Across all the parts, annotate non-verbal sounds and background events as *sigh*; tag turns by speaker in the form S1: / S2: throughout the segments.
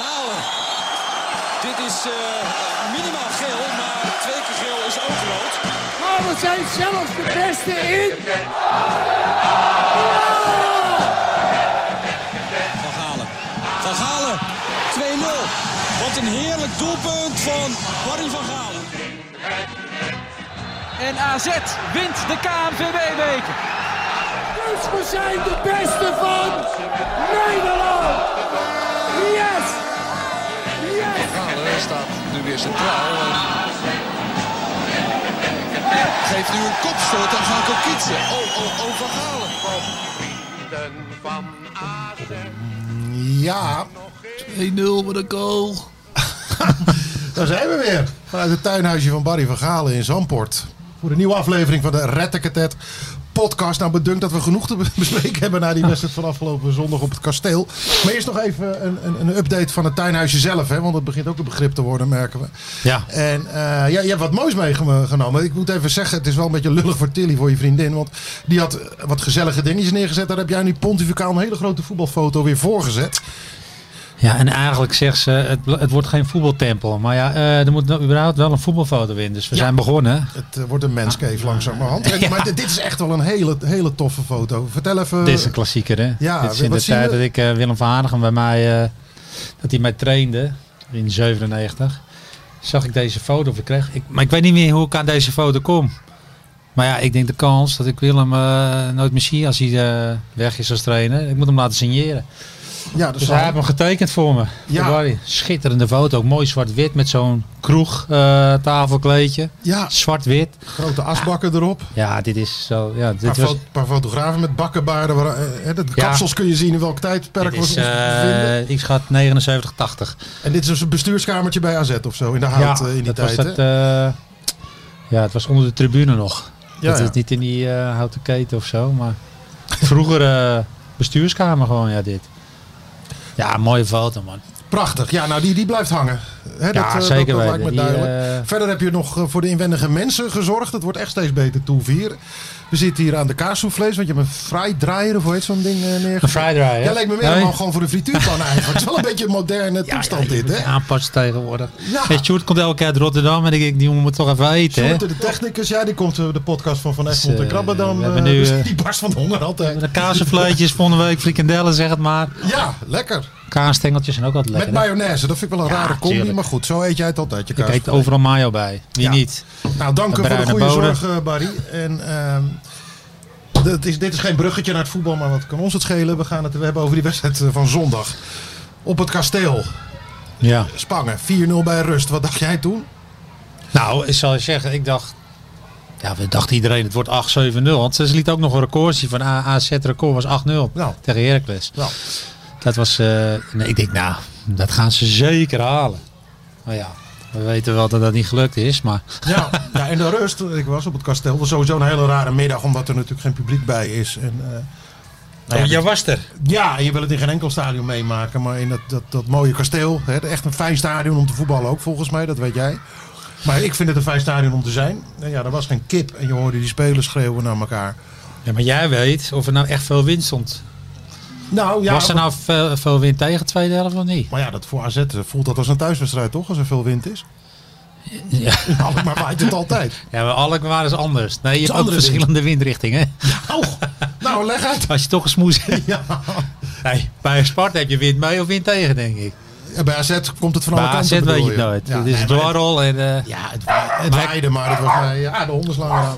S1: Galen. Dit is eh, minimaal geel, maar twee keer geel is ook rood.
S2: Maar Oh, we zijn zelfs de beste in.
S1: Van Galen. Van Galen. 2-0. Wat een heerlijk doelpunt van Barry van Galen.
S3: En AZ wint de KNVB-beker.
S2: Dus we zijn de beste van Nederland. Yes! Yes!
S4: Galen staat nu weer centraal. En geeft nu een kopstoot aan Van Kokitsen. Oh, oh, oh, Van Galen.
S5: Ja,
S6: 1-0 met een goal.
S5: daar zijn we weer. Vanuit het tuinhuisje van Barry van Galen in Zandpoort. Voor een nieuwe aflevering van de Rettenketet podcast. Nou, bedankt dat we genoeg te *laughs* be- bespreken hebben na die wedstrijd van afgelopen zondag op het kasteel. Maar eerst nog even een, een, een update van het tuinhuisje zelf. Hè? Want het begint ook een begrip te worden, merken we.
S6: Ja.
S5: En eh, ja, je hebt wat moois meegenomen. Ik moet even zeggen, het is wel een beetje lullig voor Tilly, voor je vriendin. Want die had eh, wat gezellige dingetjes neergezet. Daar heb jij nu pontificaal een hele grote voetbalfoto weer voorgezet.
S7: Ja, en eigenlijk zegt ze, het, bl- het wordt geen voetbaltempel. Maar ja, eh, er moet nou überhaupt wel een voetbalfoto in. Dus we zijn begonnen.
S5: Het eh, wordt een manscave langzamerhand. En-
S7: Ah. *laughs* Ja.
S5: Maar dit, dit is echt wel een hele, hele toffe foto. Vertel even.
S7: Dit is een klassieker, hè?
S5: ja,
S7: Dit is in
S5: wat
S7: de
S5: zien
S7: tijd
S5: we?
S7: dat ik eh, Willem van Hanegem bij mij, eh, dat hij mij trainde in 97. Zag ik deze foto of ik kreeg. Ik, maar ik weet niet meer hoe ik aan deze foto kom. Maar ja, ik denk de kans dat ik Willem eh, nooit meer zie als hij eh, weg is als trainer. Ik moet hem laten signeren.
S5: Ja, dus
S7: Dus hij heeft hem getekend voor me.
S5: Ja.
S7: Voor Barry. Schitterende foto. Ook mooi zwart-wit met zo'n kroeg eh, tafelkleedje.
S5: ja,
S7: Zwart-wit.
S5: grote asbakken erop.
S7: Ja, dit is zo. Ja, dit
S5: Een paar,
S7: was,
S5: fo- paar fotografen met bakkenbaarden. Waar, eh, hè, de
S7: Ja.
S5: kapsels kun je zien in welk tijdperk
S7: dit
S5: we
S7: is
S5: ons bevinden.
S7: eh, ik schat 79, 80.
S5: En dit is dus een bestuurskamertje bij AZ of zo. In de hout eh, in die
S7: dat
S5: tijd.
S7: was
S5: hè?
S7: dat, eh, ja, het was onder de tribune nog.
S5: ja,
S7: dat
S5: ja.
S7: is niet in die eh, houten keten of zo, maar vroeger eh, bestuurskamer gewoon, ja, dit. Ja, mooie foto, man.
S5: Prachtig. Ja, nou die, die blijft hangen. Hè, dat, eh,
S7: ja,
S5: dat-
S7: zeker
S5: dat,
S7: weten.
S5: lijkt me
S7: Die,
S5: duidelijk.
S7: eh,
S5: Verder heb je nog eh, voor de inwendige mensen gezorgd. Het wordt echt steeds beter toevier. We zitten hier aan de kaassoufflees, want je hebt een fraaidraaier of hoe heet zo'n ding eh, neergezet?
S7: een Friday,
S5: Jij lijkt me meer
S7: Nee?
S5: helemaal gewoon voor de
S7: *laughs*
S5: frituurpan eigenlijk. Het is wel een beetje een moderne toestand dit, hè?
S7: Aanpassen tegenwoordig.
S5: Ja.
S7: Hey, Sjoerd komt elke keer uit Rotterdam en ik denk, die moet toch even eten, hè?
S5: Sjoerd, de technicus, ja, die komt eh, de podcast van Van Egmond
S7: Dus,
S5: en
S7: eh,
S5: Krabbendam.
S7: we
S5: eh,
S7: hebben nu,
S5: dus
S7: eh,
S5: die barst van de honger altijd.
S7: De kaasvleetjes volgende week, frikandellen, zeg het maar.
S5: *laughs* Ja, lekker.
S7: Kaasstengeltjes zijn ook altijd lekker.
S5: Met mayonaise, dat vind ik wel een
S7: Ja,
S5: rare combi.
S7: tuurlijk.
S5: Maar goed, zo eet jij het altijd. Je
S7: Ik
S5: kaas.
S7: eet overal mayo bij. Wie
S5: Ja.
S7: niet?
S5: Nou, dank
S7: de
S5: voor de
S7: bruine
S5: goede
S7: bonen.
S5: zorg, eh, Barry. En, ehm, dit, is, dit is geen bruggetje naar het voetbal, maar wat kan ons het schelen? We gaan het hebben over die wedstrijd eh, van zondag. Op het kasteel,
S7: Ja.
S5: Spangen, 4-0 bij rust. Wat dacht jij toen?
S7: Nou, ik zal je zeggen, ik dacht... Ja, we dachten iedereen, het wordt 8-7-0. Want ze liet ook nog een record zien van A- AZ-record was 8-0
S5: Nou.
S7: tegen Heracles.
S5: Nou.
S7: Dat was... eh, nee, ik denk, nou, dat gaan ze zeker halen. Maar ja, we weten wel dat dat niet gelukt is, maar...
S5: Ja, ja en de rust. eh, Ik was op het kasteel. Dat is sowieso een hele rare middag, omdat er natuurlijk geen publiek bij is. En, eh, ja,
S7: jij was er.
S5: ja, en je wil het in geen enkel stadion meemaken. Maar in dat, dat, dat mooie kasteel. Hè, echt een fijn stadion om te voetballen ook, volgens mij. Dat weet jij. Maar ik vind het een fijn stadion om te zijn. En ja, er was geen kip. En je hoorde die spelers schreeuwen naar elkaar.
S7: Ja, maar jij weet of er nou echt veel wind stond.
S5: Nou ja,
S7: was er nou veel, veel wind tegen tweede helft of niet?
S5: maar ja, dat voor AZ voelt dat als een thuiswedstrijd, toch? Als er veel wind is. *laughs*
S7: Ja.
S5: Nou, maar waait het altijd.
S7: *laughs* Ja, maar Alkmaar is anders. Nee, je hebt ook
S5: andere
S7: verschillende windrichtingen.
S5: Oh, nou, leg uit. *laughs*
S7: *laughs* Als je toch een smoes hebt.
S5: Ja.
S7: *laughs* Nee, bij Sparta heb je wind mee of wind tegen, denk ik.
S5: En Bij AZ komt het van
S7: Bij
S5: alle
S7: AZ
S5: kanten.
S7: weet
S5: bedoel
S7: je het nooit.
S5: Ja.
S7: Het is
S5: Nee,
S7: een
S5: maar
S7: dwarrel en... eh,
S5: Ja, het, wa- het waaide, maar dat was mij. Ja, de honden slaan eraan.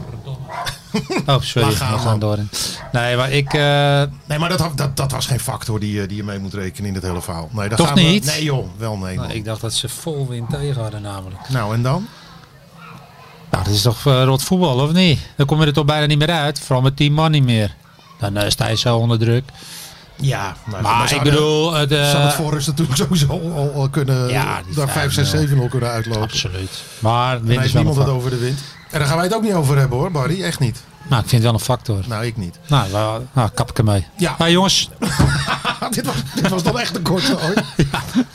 S7: Oh, sorry.
S5: Laat gaan,
S7: we gaan door. Nee, maar ik... eh,
S5: Nee, maar dat, had- dat, dat was geen factor die, je- die je mee moet rekenen in dit hele verhaal. Nee, daar
S7: Toch
S5: gaan we-
S7: niet?
S5: Nee joh, wel nee. man.
S7: nou, ik dacht dat ze vol wind tegen hadden namelijk.
S5: Nou, en dan?
S7: Nou, dat is toch eh, rot voetbal, of niet? Dan kom je er toch bijna niet meer uit. Vooral met 10 man niet meer. Dan eh, sta je zo onder druk.
S5: Ja, nou,
S7: Maar
S5: ze
S7: ik
S5: hadden-
S7: bedoel... eh, de-
S5: Ze hadden het voor rust natuurlijk *laughs* sowieso al, al kunnen,
S7: Ja, die
S5: daar 5, 6, 7 0 kunnen uitlopen.
S7: Absoluut. Maar
S5: En
S7: wind
S5: heeft
S7: is wel een
S5: niemand het
S7: factor.
S5: over de wind. En daar gaan wij het ook niet over hebben hoor, Barry. Echt niet.
S7: Nou, ik vind het wel een factor.
S5: Nou, ik niet.
S7: Nou, wel- nou kap ik ermee.
S5: Ja.
S7: Nou jongens, *laughs*
S5: Nou, dit, was, dit was dan echt een korte ooit.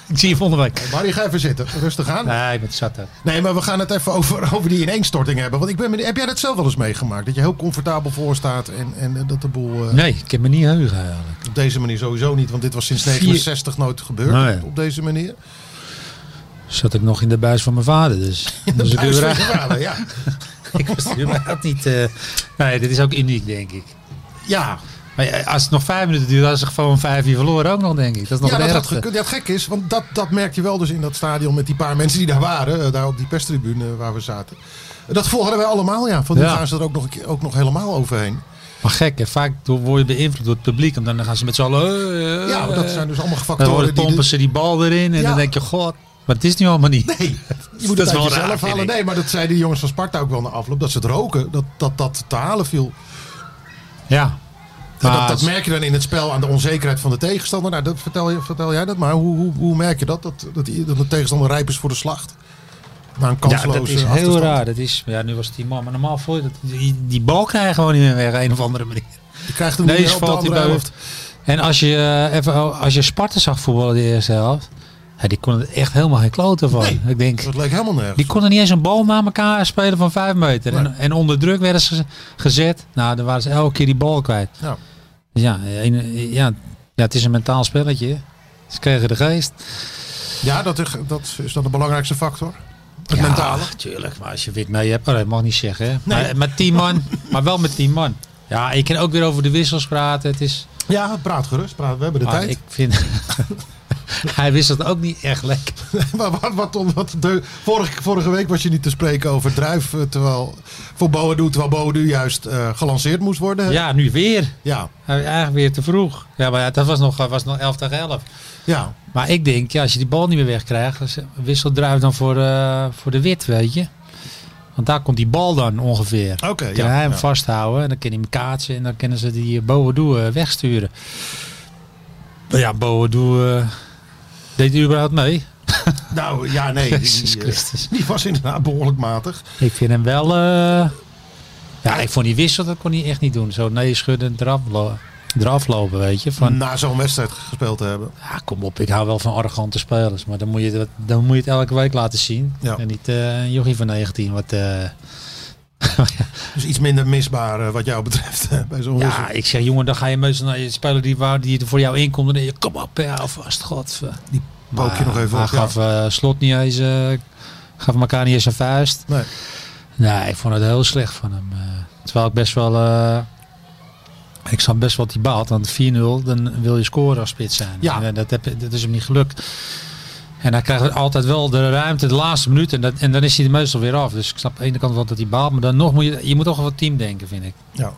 S7: ik zie je volgende week.
S5: Barry, ga even zitten. Rustig aan.
S7: Nee, ik ben zat hè.
S5: Nee, maar we gaan het even over, over die ineenstorting hebben. Want ik ben, benieuwd- heb jij dat zelf wel eens meegemaakt? Dat je heel comfortabel voor staat en, en eh, dat de boel eh,
S7: Nee, ik heb me niet heugen eigenlijk.
S5: op deze manier sowieso niet. Want dit was sinds
S7: Vier-
S5: 69 nooit gebeurd
S7: Nee.
S5: op deze manier.
S7: Zat ik nog in de buis van mijn vader, dus. dus ik,
S5: Huis van
S7: überhaupt-
S5: Gevalen, ja. *laughs*
S7: ik was er *laughs* überhaupt niet... eh, nee, dit is ook uniek, denk ik.
S5: ja.
S7: Maar ja, als het nog vijf minuten duurt, hadden ze gewoon vijf uur verloren ook nog, denk ik. Dat is nog
S5: Ja, dat
S7: het
S5: had
S7: ergste.
S5: gekund. Ja, het gek is, want dat, dat merk je wel dus in dat stadion met die paar mensen die daar waren. eh, daar op die perstribune waar we zaten. Dat gevoel hadden wij allemaal, ja. Van nu
S7: Ja.
S5: gaan ze er ook nog, een keer- ook nog helemaal overheen.
S7: eh. Maar gek, hè? vaak door- word je beïnvloed door het publiek. En dan gaan ze met z'n allen... eh, eh,
S5: Ja, maar dat zijn dus allemaal
S7: dan
S5: factoren
S7: worden
S5: die...
S7: pompen ze die bal erin. En
S5: Ja.
S7: dan denk je, god, maar het is nu allemaal niet. *laughs*
S5: Nee, je moet
S7: Dat
S5: het
S7: is
S5: uit
S7: wel raar,
S5: jezelf
S7: vind
S5: halen.
S7: ik.
S5: Nee, maar dat zeiden de jongens van Sparta ook wel na afloop. Dat ze het roken, dat dat, dat te halen viel.
S7: Ja.
S5: En
S7: Maar
S5: dat, dat
S7: het-
S5: merk je dan in het spel aan de onzekerheid van de tegenstander. Nou, dat vertel, je, vertel jij dat maar. Hoe, hoe, hoe merk je dat? Dat, dat, die- dat de tegenstander rijp is voor de slacht? Na een
S7: ja,
S5: kansloze
S7: dat is heel
S5: achterstand.
S7: raar. Dat is, ja, nu was het die man. Maar normaal voor je dat, die, die bal krijg je gewoon niet meer weg. Een of andere manier.
S5: Je krijgt hem niet
S7: Nee,
S5: meer op de
S7: valt hij
S5: andere
S7: bij.
S5: helft.
S7: En als je, eh, even, als je Sparta zag voetballen de eerste helft. Ja, die kon er echt helemaal geen kloten van.
S5: Nee.
S7: Ik denk,
S5: Dat leek helemaal nergens.
S7: Die konden niet eens een bal na elkaar spelen van vijf meter. En, en onder druk werden ze gezet. Nou, dan waren ze elke keer die bal kwijt.
S5: Ja.
S7: Dus ja, een- ja, ja, het is een mentaal spelletje. hè. Ze kregen de geest.
S5: Ja, dat is, dat is- is dat de belangrijkste factor. Het mentale.
S7: Ja, tuurlijk. Maar als je wit mee hebt, oh, dat mag niet zeggen. Hè? Maar, met tien
S5: *laughs*
S7: man, maar wel met tien man. Ja, ik kan ook weer over de wissels praten. Het is,
S5: Ja, praat gerust. Praat, we hebben de
S7: ah,
S5: tijd.
S7: ik vind, *laughs* hij wisselt ook niet echt lekker.
S5: *laughs* Maar wat, wat, om- wat de, vorige, vorige week was je niet te spreken over Druif. eh, Terwijl, voor Boadu, terwijl Boadu juist eh, gelanceerd moest worden.
S7: *laughs* Ja, nu weer.
S5: Ja,
S7: Hij is eigenlijk weer te vroeg. Ja, maar ja, dat was nog, was nog 11 tegen 11.
S5: ja.
S7: Maar ik denk, ja, als je die bal niet meer wegkrijgt, dan z- wissel druif dan voor, eh, voor de wit, weet je. Want daar komt die bal dan ongeveer.
S5: Oké,
S7: kan
S5: ja,
S7: hij hem
S5: ja.
S7: vasthouden en dan kan hij hem kaatsen en dan kunnen ze die Boadu eh, wegsturen. Maar ja, Boadu eh deed hij überhaupt mee.
S5: Nou, ja,
S7: *laughs*
S5: nee. die-
S7: Jezus
S5: die, eh,
S7: Christus.
S5: die was inderdaad behoorlijk matig.
S7: Ik vind hem wel... eh, ja, ik vond die wissel, dat kon hij echt niet doen. Zo nee schudden, eraf, lo- eraf lopen, weet je. Van,
S5: Na zo'n wedstrijd gespeeld te hebben.
S7: Ja, kom op, ik hou wel van arrogante spelers. Maar dan moet je, dat, dan moet je het elke week laten zien.
S5: Ja.
S7: En niet eh, een jochie van 19. Wat, eh,
S5: Dus iets minder misbaar eh, wat jou betreft eh, bij zo'n wissel.
S7: ja, ik zeg, jongen, dan ga je meestal naar je speler die, waar, die er voor jou inkomt. En dan denk je, kom op, ja, vast, god.
S5: Die pook je
S7: Maar
S5: nog even
S7: Hij
S5: op. ja.
S7: gaf eh, slot niet eens, eh, gaf elkaar niet eens een vuist.
S5: Nee.
S7: Nee, ik vond het heel slecht van hem. eh. terwijl ik best wel... eh, ik zat best wel die baat, want 4-0, dan wil je scoren als spits zijn.
S5: Ja.
S7: En eh, dat, heb, dat is hem niet gelukt. En hij krijgt altijd wel de ruimte de laatste minuut en, dat, en dan is hij er meestal weer af. Dus ik snap aan de ene kant wel dat hij baalt, maar dan nog moet je, je moet toch wel team denken, vind ik.
S5: Ja.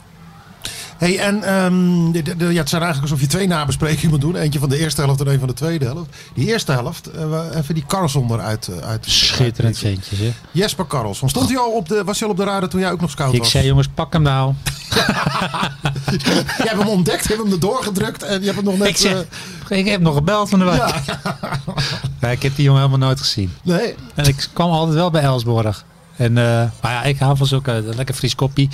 S5: Hey, en ehm, de- de- de- ja, het zijn eigenlijk alsof je twee nabesprekingen moet doen. Eentje van de eerste helft en een van de tweede helft. Die eerste helft, eh, we- even die Karlsson eruit. eh, uit
S7: Schitterend ventje, zeg.
S5: Jesper Karlsson. Stond hij al op de, was hij al op de radar toen jij ook nog scout
S7: Ik
S5: was?
S7: zei, jongens, pak hem nou.
S5: Jij hebt hem ontdekt, je hebt hem erdoor gedrukt en je hebt hem nog net...
S7: ik, zeg,
S5: eh,
S7: ik heb nog gebeld van de week. *laughs* Nee, ik heb die jongen helemaal nooit gezien.
S5: nee,
S7: En ik kwam altijd wel bij Elsborg. En, eh, maar ja, ik hou van zulke een lekker Fries koppie.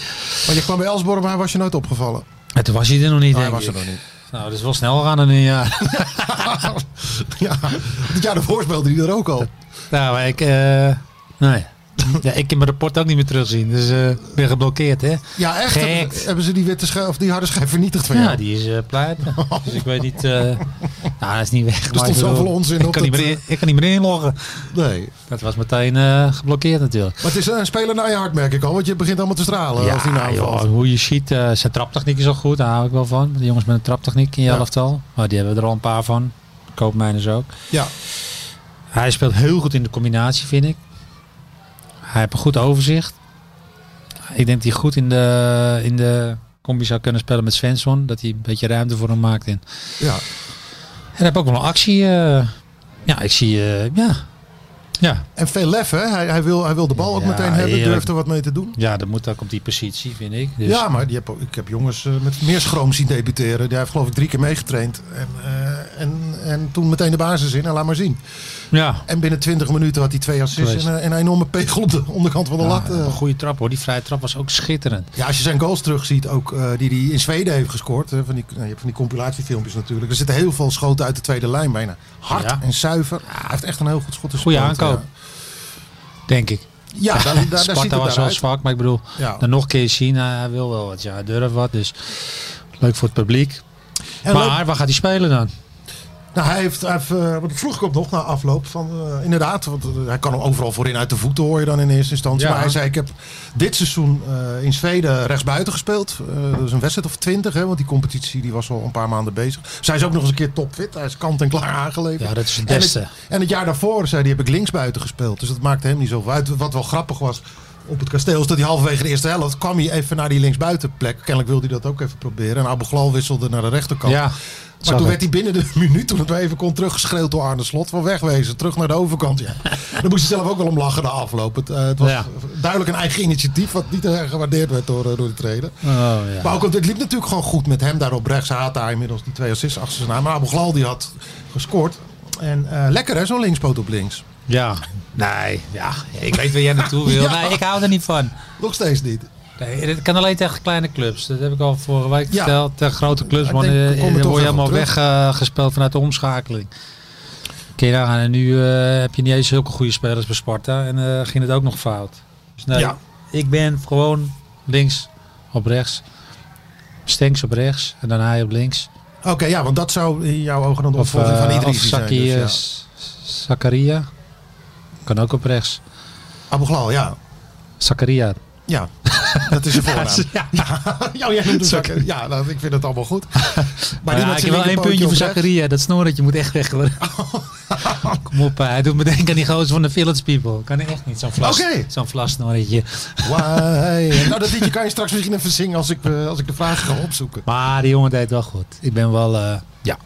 S5: maar je kwam bij Elsborg, maar hij was je nooit opgevallen.
S7: En toen was hij er nog niet,
S5: Ah, hij
S7: denk
S5: was
S7: ik.
S5: er nog niet.
S7: Nou, dat is wel snel gaan in een jaar.
S5: *laughs* ja, het jaar daarvoor speelde hij er ook al.
S7: nou, maar ik... eh, nee. Ja, ik kan mijn rapport ook niet meer terugzien. Dus eh, ik ben geblokkeerd, hè.
S5: Ja, echt.
S7: Gek.
S5: Hebben- Hebben ze die, witte schijf, of die harde schijf vernietigd van jou?
S7: Ja, die is eh pleit. Dus ik weet niet... eh, nou, hij is niet weg. maar
S5: stond
S7: ik bedoel,
S5: zoveel onzin
S7: ik
S5: op eh,
S7: Kan
S5: dat,
S7: niet meer in- ik kan niet meer inloggen.
S5: Nee.
S7: Dat was meteen eh, geblokkeerd natuurlijk.
S5: Maar het is een speler naar je hart, merk ik al. Want je begint allemaal te stralen als die naam
S7: joh,
S5: valt.
S7: hoe je ziet, eh, zijn traptechniek is al goed. Daar hou ik wel van. De jongens met een traptechniek in je
S5: Ja.
S7: elftal. Maar die hebben er al een paar van. Koopmijners ook.
S5: Ja.
S7: Hij speelt heel goed in de combinatie, vind ik. Hij heeft een goed overzicht. Ik denk dat hij goed in de, in de combi zou kunnen spelen met Svensson. Dat hij een beetje ruimte voor hem maakt. In.
S5: Ja.
S7: En hij heeft ook wel een actie. eh, ja, ik zie... eh, ja. Ja.
S5: En veel lef, hè? Hij, hij, wil, hij wil de bal ook
S7: Ja,
S5: meteen hebben.
S7: heerlijk.
S5: Durft er wat mee te doen.
S7: ja, dat moet ook op die positie, vind ik. Dus,
S5: Ja, maar die heb, ik heb jongens eh, met meer schroom zien debuteren. Die heeft geloof ik drie keer meegetraind. En, eh, En, en toen meteen de basis in en laat maar zien.
S7: Ja.
S5: En binnen 20 minuten had hij twee assists
S7: Geweest.
S5: en, een- en een enorme pegel op de onderkant van de lat. eh.
S7: Ah, een goede trap hoor. Die vrije trap was ook schitterend.
S5: Ja, als je zijn goals terugziet, ook eh, die hij in Zweden heeft gescoord. hè, van die, nou, je hebt van die compilatiefilmpjes natuurlijk. Er zitten heel veel schoten uit de tweede lijn bijna. Hard
S7: Ja.
S5: en zuiver. Ja, hij heeft echt een heel goed schot.
S7: Goeie
S5: gespeeld,
S7: aankoop. Denk *laughs* ik.
S5: Ja, ja daar, daar, daar ziet
S7: Sparta
S5: het
S7: was wel
S5: daaruit.
S7: zwak, maar ik bedoel,
S5: Ja.
S7: dan nog een keer China, hij wil wel wat. Ja, hij durft wat, dus leuk voor het publiek.
S5: En
S7: maar
S5: leuk-
S7: waar gaat hij spelen dan?
S5: Nou, hij heeft, hij heeft, eh, want dat vroeg ik ook nog na afloop. Van, eh, inderdaad, want eh, hij kan hem overal voorin uit de voeten hoor je dan in eerste instantie.
S7: Ja.
S5: Maar hij zei, ik heb dit seizoen eh, in Zweden rechtsbuiten gespeeld. Eh, dat is een wedstrijd of twintig, hè, want die competitie die was al een paar maanden bezig. Zij is ook nog eens een keer topfit. Hij is kant en klaar aangeleverd.
S7: Ja, dat is het
S5: En
S7: beste.
S5: het, en het jaar daarvoor, zei hij, heb ik linksbuiten gespeeld. Dus dat maakte hem niet zoveel uit. Wat wel grappig was op het kasteel, is dat hij halverwege de eerste helft kwam hij even naar die linksbuitenplek. Kennelijk wilde hij dat ook even proberen. En Abu Ghlal wisselde naar de rechterkant.
S7: Ja,
S5: Maar
S7: Zag
S5: toen
S7: ik.
S5: werd hij binnen de *laughs* minuut, toen het weer even kon, teruggeschreeuwd door Arne Slot. Van wegwezen, terug naar de overkant.
S7: *laughs*
S5: Ja. Daar moest hij zelf ook wel om lachen na afloop. Het, eh, het was
S7: Ja.
S5: duidelijk een eigen initiatief, wat niet erg gewaardeerd werd door, eh, door de trainer.
S7: Oh, ja.
S5: Maar ook, omdat het liep natuurlijk gewoon goed met hem daar op rechts. Hij had daar inmiddels die twee assists achter zijn naam. Maar Abu Ghlal, die had gescoord. En eh, lekker hè, zo'n linkspoot op links.
S7: ja. Nee, ja. Ik weet waar jij naartoe *laughs* wil.
S5: Ja.
S7: Nee, ik hou er niet van.
S5: Nog steeds niet.
S7: Nee, het kan alleen tegen kleine clubs. Dat heb ik al vorige week
S5: Ja.
S7: verteld. Tegen grote clubs
S5: Ik
S7: man,
S5: denk,
S7: eh,
S5: we komen
S7: dan
S5: toch
S7: word je
S5: even op
S7: helemaal weggespeeld vanuit de omschakeling. Kun je nagaan. En nu eh, heb je niet eens zulke goede spelers bij Sparta. En eh, ging het ook nog fout. Dus nee,
S5: Ja.
S7: ik ben gewoon links op rechts. Stenks op rechts. En dan hij op links.
S5: Oké, ja, want dat zou in jouw ogen dan de
S7: Of,
S5: opvolging van
S7: eh,
S5: iedereen
S7: of
S5: zijn.
S7: Zaki,
S5: Dus, ja.
S7: eh, S- Zakaria. Kan ook op rechts.
S5: Abu Ghlal, ja.
S7: Zakaria. *laughs*
S5: Ja, dat is je voornaam.
S7: Ja.
S5: Ja, *laughs* jij noemt hem
S7: Zak-
S5: Zakker. Ja, nou, ik vind het allemaal goed.
S7: *laughs*
S5: Maar
S7: Maar
S5: die met
S7: ja, ik
S5: zijn
S7: heb wel één
S5: linkerpootje
S7: puntje voor
S5: op Oh. rechts.
S7: Zakaria. Dat snorretje moet echt weg
S5: *laughs*
S7: worden. Kom op, hè. hij doet me denken aan die gozer van de Village People. Kan echt niet, zo'n vlas,
S5: Oké.
S7: zo'n vlassnorretje.
S5: Why? Nou, dat liedje kan je straks misschien even zingen als ik, eh, als ik de vraag ga opzoeken.
S7: Maar die jongen deed het wel goed. Ik ben wel... eh, ja.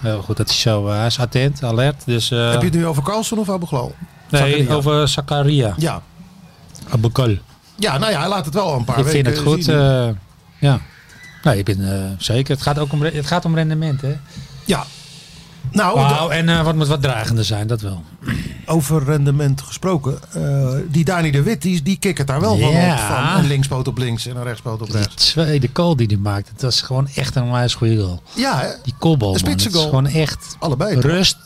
S7: Heel goed, dat is zo. eh, hij is attent, alert. Dus, eh,
S5: Heb je het nu over Carlson of Abu Ghlal?
S7: nee,
S5: Zakaria?
S7: over Zakaria.
S5: Ja.
S7: Abukal.
S5: ja, nou ja, hij laat het wel al een paar
S7: Ik
S5: weken
S7: vind het goed.
S5: zien.
S7: eh, ja. Nee, ik ben eh, zeker. Het gaat ook om, re- het gaat om rendement, hè.
S5: ja. Nou,
S7: Wauw, en eh, wat moet wat dreigender zijn, dat wel.
S5: de- over rendement gesproken. eh, die Dani de Wit, die, die kikkert daar wel van op.
S7: Ja.
S5: Van een linkspoot op links en een rechtspoot op
S7: Die
S5: rechts.
S7: tweede call die hij maakte, dat is gewoon echt een onwijs goede goal.
S5: Ja, hè?
S7: Die kopbal,
S5: Een
S7: man. Het is
S5: spitsengoal.
S7: gewoon echt
S5: allebei. toch?
S7: rust.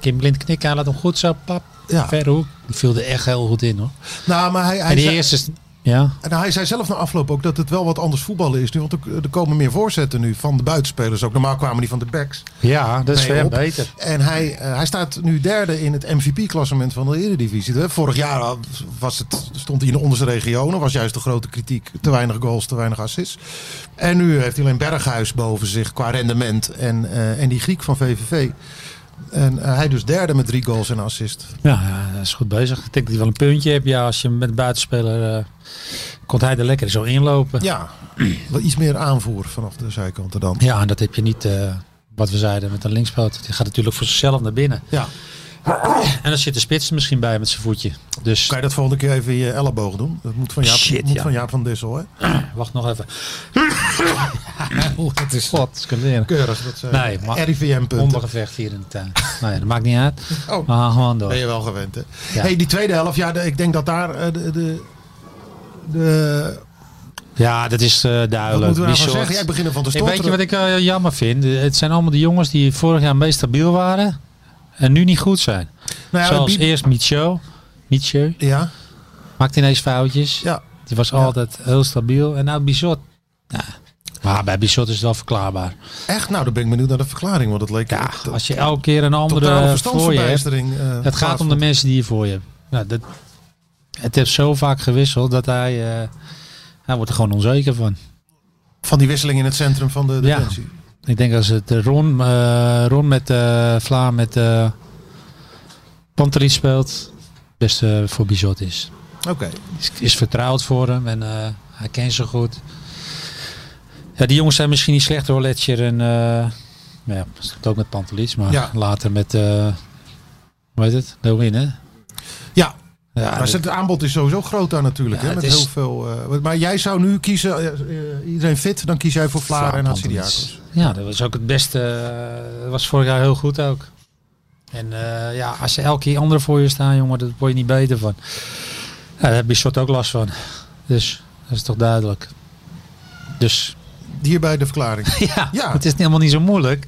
S7: Kim Blind knikken, hij laat hem goed zo, pap.
S5: Ja.
S7: Verre hoek. Die viel er echt heel goed in, hoor.
S5: Nou, maar hij, hij
S7: en die
S5: zei-
S7: eerste is... Ja.
S5: En hij zei zelf na afloop ook dat het wel wat anders voetballen is nu. Want er- er komen meer voorzetten nu van de buitenspelers ook. Normaal kwamen die van de backs.
S7: Ja, dat
S5: Nee, op. En hij, eh, hij staat nu derde in het MVP-klassement van de Eredivisie. hè. Vorig jaar had- was het, stond hij in de onderste regionen. Was juist de grote kritiek. Te weinig goals, te weinig assists. En nu heeft hij alleen Berghuis boven zich qua rendement. En, eh, en die Griek van VVV. En eh, hij dus derde met drie goals en een assist.
S7: Ja, ja, dat is goed bezig. Ik denk dat hij wel een puntje hebt. Ja, als je met een buitenspeler... eh kon hij er lekker zo inlopen.
S5: Ja, wel iets meer aanvoer vanaf de zijkanten dan.
S7: Ja, en dat heb je niet... eh, wat we zeiden met een linkspoot. Die gaat natuurlijk voor zichzelf naar binnen.
S5: Ja,
S7: En dan zit de spits er misschien bij met zijn voetje. Dus
S5: Kan je dat volgende keer even in je elleboog doen? Dat moet van Jaap,
S7: Shit,
S5: moet
S7: ja.
S5: van, Jaap van Dissel, hè?
S7: wacht nog
S5: *laughs*
S7: even. Oeh, dat is wat. Dat is kunnen
S5: Keurig. Dat eh, zijn
S7: Nee, maar-
S5: RIVM-punten.
S7: Hondengevecht hier in de tuin. nou ja, dat maakt niet uit.
S5: *laughs* Oh.
S7: We gaan gewoon door.
S5: Ben je wel gewend, hè?
S7: Ja.
S5: Hey, die tweede helft, ja, de- ik denk dat daar eh, de... de de,
S7: Ja, dat is eh,
S5: wat
S7: duidelijk.
S5: moeten we nou van
S7: Die soort-
S5: zeggen? Jij begint van te
S7: Ik weet je wat
S5: stotteren.
S7: ik eh, jammer vind? Het zijn allemaal de jongens die vorig jaar meest stabiel waren. En nu niet goed zijn.
S5: Nou ja,
S7: Zoals
S5: Biep-
S7: eerst Micho. Micho
S5: ja,
S7: maakt ineens foutjes.
S5: ja,
S7: Die was
S5: Ja.
S7: altijd heel stabiel. En nou Bizot. Ja. Maar bij Bizot is het wel verklaarbaar.
S5: echt? Nou, dan ben ik benieuwd naar de verklaring. Want het leek
S7: Ja,
S5: Ah, dat-
S7: als je elke keer een
S5: totale
S7: andere voor je hebt.
S5: verstandsverbijstering. eh,
S7: Het gaat om de
S5: plaatsvond.
S7: mensen die je voor je hebt. Nou, dat, het heeft zo vaak gewisseld dat hij... eh, hij wordt er gewoon onzeker van.
S5: Van die wisseling in het centrum van de
S7: Ja.
S5: defensie.
S7: Ik denk als het eh, Ron, eh, Ron met eh Vla met eh Pantelis speelt, best eh, voor Bizot is.
S5: Oké.
S7: is. Is vertrouwd voor hem en eh, hij kent ze goed. Ja, die jongens zijn misschien niet slecht hoor, Letcher en eh nou ja, dat ook met Pantelis, maar
S5: Ja.
S7: later met eh hoe heet het? Leeuwin, hè?
S5: Ja,
S7: Ja,
S5: maar
S7: dat-
S5: het aanbod is sowieso groot daar natuurlijk.
S7: Ja,
S5: hè, met
S7: het is-
S5: heel veel, eh, maar jij zou nu kiezen, eh, eh, iedereen fit, dan kies jij voor Vlaar en
S7: Vlaar, Pantelis.
S5: Hatsidiakos.
S7: Ja, dat was ook het beste. eh, Dat was vorig jaar heel goed ook. En eh, ja, als er elke keer anderen voor je staan, jongen, daar word je niet beter van. Ja, daar heb Bissot ook last van. Dus dat is toch duidelijk. Dus *laughs*
S5: Hierbij de verklaring.
S7: ja,
S5: Ja.
S7: het is helemaal niet zo moeilijk.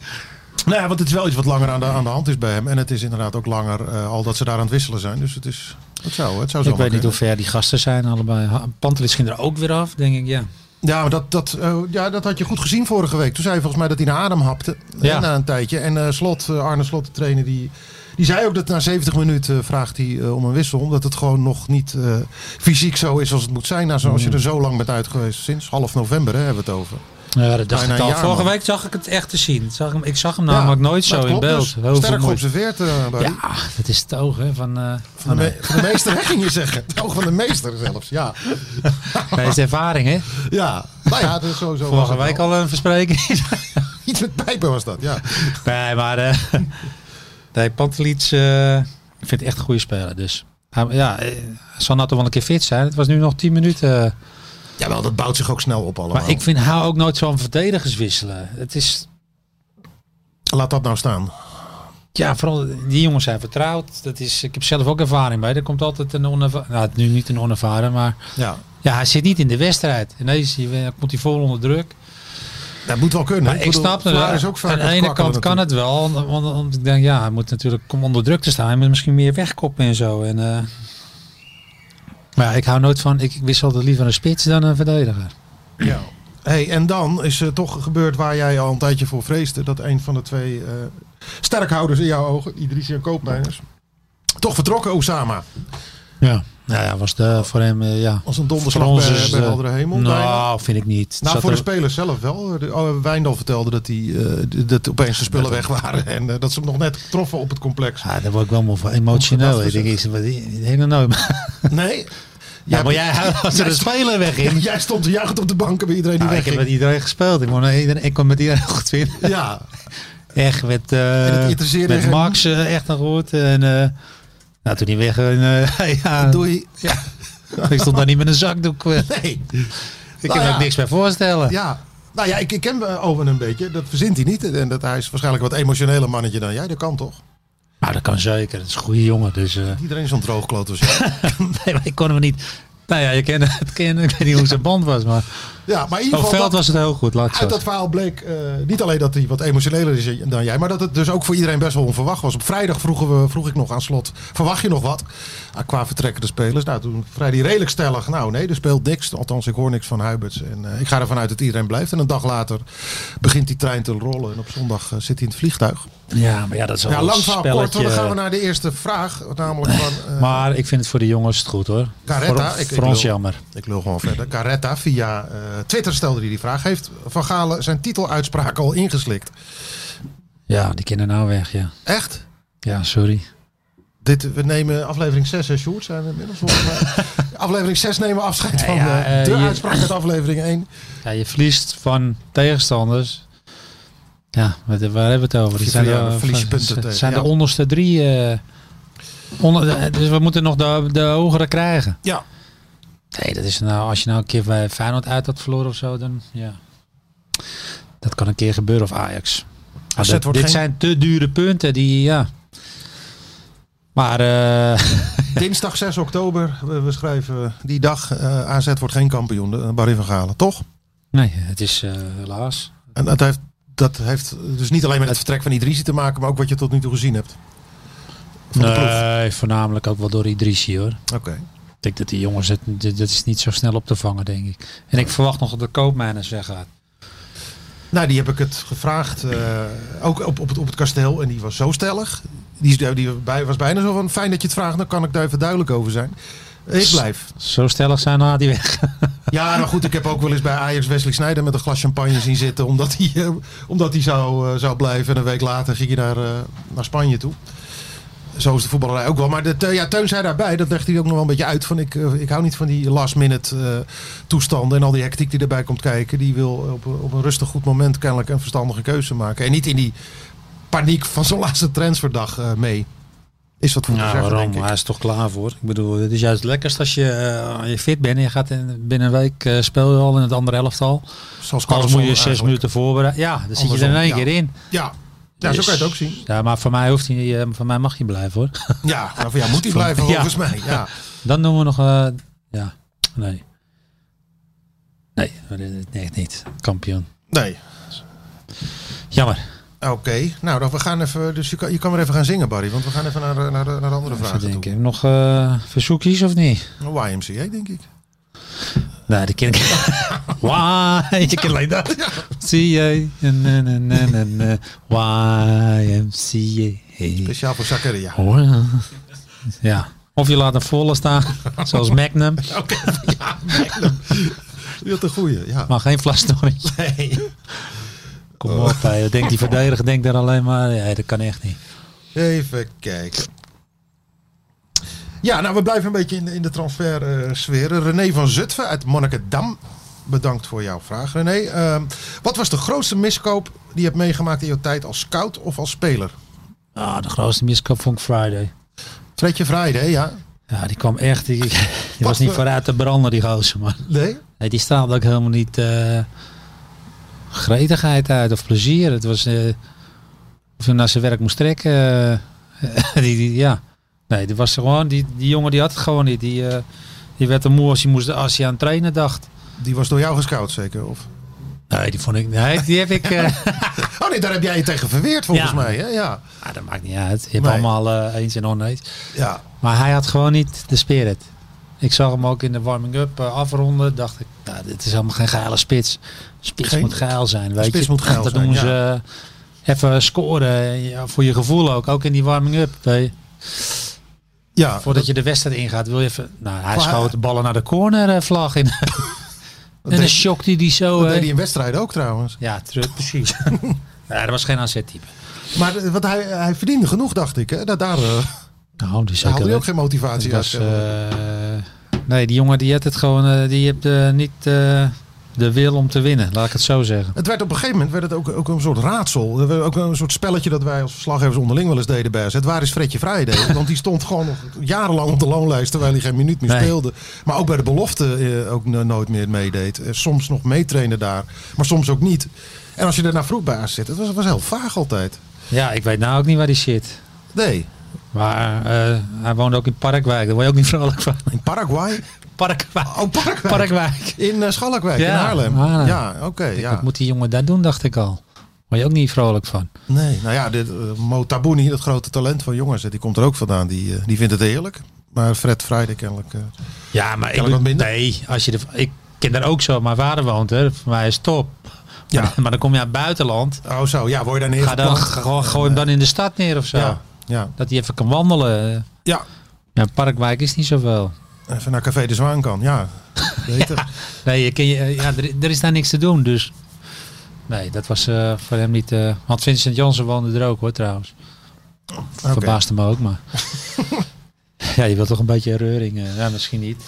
S5: Nou ja, want het is wel iets wat langer aan de, aan de hand is bij hem. En het is inderdaad ook langer eh, al dat ze daar aan het wisselen zijn. Dus het is, het zou, het zou zo
S7: ik weet
S5: wel
S7: niet hoe
S5: kunnen.
S7: ver die gasten zijn allebei. Ha- Pantelis ging er ook weer af, denk ik, ja.
S5: Ja, maar dat, dat, eh, ja, dat had je goed gezien vorige week. Toen zei je volgens mij dat hij naar adem hapte.
S7: Ja.
S5: hè, Na een tijdje. En eh, Slot, eh, Arne Slot, de trainer, die, die zei ook dat na 70 minuten vraagt hij eh, om een wissel. Omdat het gewoon nog niet eh, fysiek zo is als het moet zijn. Nou, zoals
S7: Hmm.
S5: je er zo lang bent uit geweest. Sinds half november hè, hebben we het over.
S7: Ja, dat dacht
S5: Bijna
S7: ik al.
S5: een jaar,
S7: Vorige
S5: man.
S7: week zag ik het echt te zien. Zag hem, ik zag hem
S5: Ja,
S7: namelijk Nou, nooit
S5: maar
S7: zo
S5: het
S7: in
S5: klopt dus.
S7: beeld. Heel
S5: Sterk
S7: vermoeid.
S5: geobserveerd, eh Barry.
S7: Ja, dat is het oog hè,
S5: *laughs*
S7: van, eh
S5: Van de, me- van de meester hè, ging je zeggen. Het oog van de meester zelfs, ja.
S7: deze ervaring, hè?
S5: Ja, nou ja, dus sowieso. was
S7: Vorige
S5: het
S7: week
S5: wel.
S7: al een verspreking.
S5: Iets met pijpen was dat, ja.
S7: *laughs* nee, maar eh *laughs* nee, Pantelits, eh, ik vind het echt een goede speler. Dus Hij- ja, eh, zal nou toch wel een keer fit zijn. Het was nu nog 10 minuten.
S5: Jawel, dat bouwt zich ook snel op allemaal.
S7: maar ik vind haar ook nooit zo'n verdedigers wisselen. Het is
S5: Laat dat nou staan.
S7: Ja, vooral die jongens zijn vertrouwd. Dat is, ik heb zelf ook ervaring bij. Er komt altijd een onervaren. Nou, nu niet een onervaren, maar
S5: Ja,
S7: ja, hij zit niet in de wedstrijd. Ineens hij weer- komt hij vol onder druk.
S5: dat moet wel kunnen.
S7: Maar ik,
S5: bedoel,
S7: snap het.
S5: Vlaar is ook vaak
S7: Aan de
S5: aan
S7: ene
S5: kwakkelen
S7: kant kan
S5: natuurlijk.
S7: het wel, want, want ik denk ja, hij moet natuurlijk om onder druk te staan. Hij moet misschien meer wegkoppen en zo. En, eh, maar ja, ik hou nooit van. Ik, ik wist altijd liever een spits dan een verdediger.
S5: Ja. Hey, en dan is er toch gebeurd waar jij al een tijdje voor vreesde. Dat een van de twee eh, sterkhouders in jouw ogen, Idrissi en Koopmeiners, toch vertrokken Osama.
S7: Ja. Nou ja, was de, voor hem eh, ja.
S5: Als een
S7: Voor
S5: donderslag
S7: ons
S5: bij,
S7: is
S5: bij
S7: de-
S5: heldere hemel. bijna.
S7: Nou, vind ik niet. Het
S5: Nou,
S7: zat
S5: voor de
S7: er-
S5: spelers zelf wel. De- oh, Wijndal vertelde dat, die, eh, d- dat opeens de spullen weg waren. En eh, dat ze hem nog net troffen op het complex.
S7: Ja, daar word ik wel moe van. Emotioneel. Ik denk, is wat helemaal nooit.
S5: Nee.
S7: Ja, maar jij houdt als er een speler
S5: *laughs*
S7: weg
S5: Ja,
S7: in.
S5: *laughs*
S7: Nou,
S5: jij stond te juichen op de banken bij iedereen die
S7: ik heb
S5: wegging.
S7: met iedereen gespeeld. Ik, kon iedereen, ik kon met iedereen *laughs* goed vinden.
S5: Ja,
S7: Echt met,
S5: En het
S7: eh
S5: interesseerde
S7: met
S5: hem.
S7: Max eh, echt nog goed. En, eh, nou, toen hij weg... En, eh, *laughs* ja,
S5: doei. Ja,
S7: ik stond daar niet met een zakdoek. eh.
S5: nee.
S7: Ik
S5: Nou
S7: kan me
S5: ja.
S7: ook niks bij voorstellen.
S5: Ja. Nou ja, ik, ik ken eh, Owen een beetje. Dat verzint hij niet. En dat hij is waarschijnlijk een wat emotioneler mannetje dan jij. Dat kan toch?
S7: Maar Nou, dat kan zeker. Dat is een goede jongen. Dus, eh. *laughs*
S5: Iedereen is zo'n droogkloot als jij.
S7: nee, maar ik kon hem niet... Nou ja, je kent het. *laughs* Ken, ik weet niet hoe zijn band was, maar...
S5: Ja, maar in ieder
S7: Op
S5: geval...
S7: veld
S5: dat-
S7: was het heel goed, laat ik het zo
S5: Uit dat verhaal bleek eh, niet alleen dat hij wat emotioneler is dan jij, maar dat het dus ook voor iedereen best wel onverwacht was. Op vrijdag vroegen we, vroeg ik nog aan slot: verwacht je nog wat Ah, qua vertrekkende spelers? Nou, toen vrij die redelijk stellig: nou nee, er speelt niks. Althans, ik hoor niks van Huiberts. En eh, ik ga ervan uit dat iedereen blijft. En een dag later begint die trein te rollen. En op zondag eh, zit hij in het vliegtuig.
S7: zeggen. Ja, maar ja, dat is wel
S5: Ja,
S7: een
S5: lang verhaal kort, want dan
S7: spelletje.
S5: gaan we naar de eerste vraag. Namelijk van. eh,
S7: Maar ik vind het voor de jongens goed hoor.
S5: Caretta,
S7: voor,
S5: ik- ik
S7: voor ons
S5: wil-
S7: jammer.
S5: Ik lul gewoon verder. Caretta via eh, Twitter stelde hij die vraag. Heeft Van Galen zijn titeluitspraak al ingeslikt?
S7: Ja, die kinderen nou weg, ja.
S5: Echt?
S7: Ja, sorry.
S5: Dit, we nemen aflevering 6 en Sjoerd zijn we inmiddels. volgens
S7: *laughs*
S5: mij. aflevering 6 nemen we afscheid van
S7: ja,
S5: eh, de
S7: eh, je-
S5: uitspraak uit aflevering 1.
S7: Ja, je verliest van tegenstanders. Ja, wat- waar hebben we het over?
S5: Je
S7: Die zijn
S5: verliest-
S7: de,
S5: verlies je
S7: van-
S5: punten
S7: ze-
S5: tegen,
S7: zijn
S5: ja.
S7: de onderste drie. eh, onder- eh, dus we moeten nog de, de hogere krijgen.
S5: Ja.
S7: Nee, dat is nou, als je nou een keer bij Feyenoord uit had verloren of zo, dan ja. Dat kan een keer gebeuren of Ajax. Maar
S5: AZ
S7: dat- dit
S5: wordt geen-
S7: zijn te dure punten die, ja. Maar eh, *laughs*
S5: Dinsdag 6 oktober. We, we schrijven die dag. eh, AZ wordt geen kampioen. De- eh, Barry van Galen, toch?
S7: nee, het is eh, helaas.
S5: En dat heeft, dat heeft dus niet alleen met het vertrek van Idrisi te maken, maar ook wat je tot nu toe gezien hebt. Van de ploeg.
S7: Nee, voornamelijk ook wel door Idrissi hoor.
S5: Oké.
S7: Ik denk dat die jongens, het, dit, dit is niet zo snel op te vangen, denk ik. En ik verwacht nog dat de koopmijners weggaat.
S5: Nou, die heb ik het gevraagd. eh, ook op, op, het, op het kasteel. En die was zo stellig. Die, is- die bij- was bijna zo van, fijn dat je het vraagt. Dan kan ik daar even duidelijk over zijn. Ik blijf.
S7: Zo stellig zijn na die weg.
S5: Ja, maar goed, ik heb ook wel eens bij Ajax Wesley Sneijder met een glas champagne zien zitten. Omdat hij, eh, omdat hij zou, eh, zou blijven. En een week later ging hij naar, eh, naar Spanje toe. Zo is de voetballerij ook wel. Maar de, Te- ja, Teun zei daarbij, dat legde hij ook nog wel een beetje uit. Van ik, eh, ik hou niet van die last minute eh, toestanden en al die hectiek die erbij komt kijken. Die wil op, op een rustig goed moment kennelijk een verstandige keuze maken. En niet in die paniek van zo'n laatste transferdag eh, mee. Is wat voor te
S7: Ja,
S5: zeggen,
S7: waarom?
S5: denk
S7: Hij
S5: ik.
S7: is toch klaar voor. Ik bedoel, het is juist het lekkerst als je, eh, je fit bent en je gaat in, binnen een week eh, speel je al in het andere elftal.
S5: Zoals
S7: Anders
S5: Carlson
S7: moet je zes
S5: eigenlijk.
S7: minuten voorbereiden. Ja, dan zit je er in
S5: Andersom,
S7: één
S5: ja.
S7: keer in.
S5: Ja. Ja, zo
S7: Dus-
S5: kan je het ook zien.
S7: Ja, maar voor mij, hoeft hij, niet, eh, voor mij mag hij blijven hoor. *laughs*
S5: Ja, nou, van, ja moet hij blijven
S7: Ja.
S5: volgens mij. Ja.
S7: Dan doen we nog... eh, ja, nee. Nee, dat is het echt niet. Kampioen.
S5: Nee,
S7: Jammer.
S5: oké. Nou, dan we gaan even, dus je kan, je kan weer even gaan zingen, Barry. Want we gaan even naar, de- naar, de, naar de andere
S7: Even
S5: vragen toe.
S7: denken. Nog eh, verzoekjes of niet?
S5: Een YMCA, denk ik.
S7: Nee, dat ken ik. *laughs* Why? Ik ken alleen dat. CA. na, na, na, na, na, na. YMCA.
S5: Speciaal voor Zakaria.
S7: Hoor. Ja. Of je laat een volle staan, zoals Magnum.
S5: *laughs* Die had een goeie, ja.
S7: Maar geen fles door.
S5: Nee.
S7: Kom op, hij denkt die verdediger denkt daar alleen maar. Nee, dat kan echt niet.
S5: Even kijken. Ja, nou, we blijven een beetje in de, in de transfersfeer. René van Zutphen uit Monnikendam. Bedankt voor jouw vraag, René. Ehm, wat was de grootste miskoop die je hebt meegemaakt in jouw tijd als scout of als speler?
S7: Ah, de grootste miskoop vond ik Friday.
S5: Fredje Vrijden, ja.
S7: Ja, die kwam echt. Die, die was niet vooruit te branden, die gozer, man.
S5: Nee?
S7: Nee, die straalde ook helemaal niet eh, gretigheid uit of plezier. Het was eh of hij naar zijn werk moest trekken. eh, *laughs* die, die- ja. Nee, die, was gewoon, die, die jongen die had het gewoon niet. Die, eh, die werd er moe als hij, moest, als hij aan het trainen dacht.
S5: Die was door jou gescout zeker? Of?
S7: Nee, die vond ik. Nee, die heb ik. eh,
S5: Oh nee, daar heb jij je tegen verweerd volgens
S7: Ja.
S5: mij. Hè? Ja.
S7: ah, dat maakt niet uit. Je hebt
S5: Nee.
S7: allemaal eh, eens en oneens.
S5: ja.
S7: Maar hij had gewoon niet de spirit. Ik zag hem ook in de warming-up eh, afronden. Dacht ik, nou, dit is helemaal geen geile spits. Spits
S5: Geen-
S7: moet geil zijn, weet
S5: spits
S7: je.
S5: moet geil
S7: dat
S5: zijn,
S7: doen
S5: ja.
S7: ze eh, even scoren. Ja, voor je gevoel ook. Ook in die warming-up. weet je.
S5: ja.
S7: Voordat je de wedstrijd ingaat, wil je even... Nou, hij
S5: Maar-
S7: schoot de ballen naar de cornervlag
S5: *laughs*
S7: in. en
S5: deed-
S7: dan shockte hij die zo.
S5: Dat
S7: hè.
S5: deed hij in wedstrijden ook trouwens.
S7: Ja, terug, precies. *laughs* ja, dat was geen AZ-type.
S5: Maar eh, want hij, hij verdiende genoeg, dacht ik. Hè? Dat, daar eh,
S7: Nou, die
S5: haalde hij
S7: wel.
S5: ook geen motivatie uit.
S7: Dus, eh, nee, die jongen die had het gewoon, eh, die heeft eh, niet eh, de wil om te winnen, laat ik het zo zeggen.
S5: Het werd op een gegeven moment werd het ook, ook een soort raadsel. Er werd Ook een soort spelletje dat wij als verslaggevers onderling wel eens deden bij Het Waar is Fredje
S7: *laughs*
S5: Vrijdag? Want die stond gewoon nog jarenlang op de loonlijst terwijl hij geen minuut meer
S7: Nee.
S5: speelde. Maar ook bij de belofte eh, ook no- nooit meer meedeed. Eh, soms nog meetrainen daar, maar soms ook niet. En als je daarna vroeg bij AZ, het was, was heel vaag altijd.
S7: Ja, ik weet nou ook niet waar die zit.
S5: Nee,
S7: Maar eh, hij woonde ook in Parkwijk, daar word je ook niet vrolijk van. *laughs*
S5: in Paraguay.
S7: Parkwijk.
S5: Oh, Parkwijk.
S7: Parkwijk.
S5: In eh, Schalkwijk,
S7: Ja,
S5: in Haarlem.
S7: Haarlem.
S5: Ja, oké. ja.
S7: Wat moet die jongen daar doen, dacht ik al. Word je ook niet vrolijk van.
S5: Nee, nou ja, dit, eh, Mo Tabouni, dat grote talent van jongens, hè, die komt er ook vandaan. Die, eh, die vindt het heerlijk. Maar Fred Vrijdag kennelijk... eh,
S7: Ja, maar
S5: ik wat minder?
S7: Nee, als je de, ik ken daar ook zo, mijn vader woont, hè. voor mij is het top.
S5: Ja.
S7: Maar, dan kom je aan het buitenland,
S5: Oh zo, ja, word je daar
S7: ga dan,
S5: neergeplant?
S7: gewoon gooi hem dan in de stad neer of zo.
S5: Ja, ja.
S7: Dat hij even kan wandelen.
S5: Ja.
S7: Ja, Parkwijk is niet zoveel.
S5: Even naar Café de Zwaan kan, ja. Beter.
S7: *laughs* Nee, je kan je, eh, ja, er, er is daar niks te doen, dus... Nee, dat was eh, voor hem niet... eh want Vincent Jansen woonde er ook, hoor, trouwens.
S5: Oké.
S7: Verbaasde me ook, *laughs* maar... ja, je wilt toch een beetje reuring. eh, ja, misschien niet.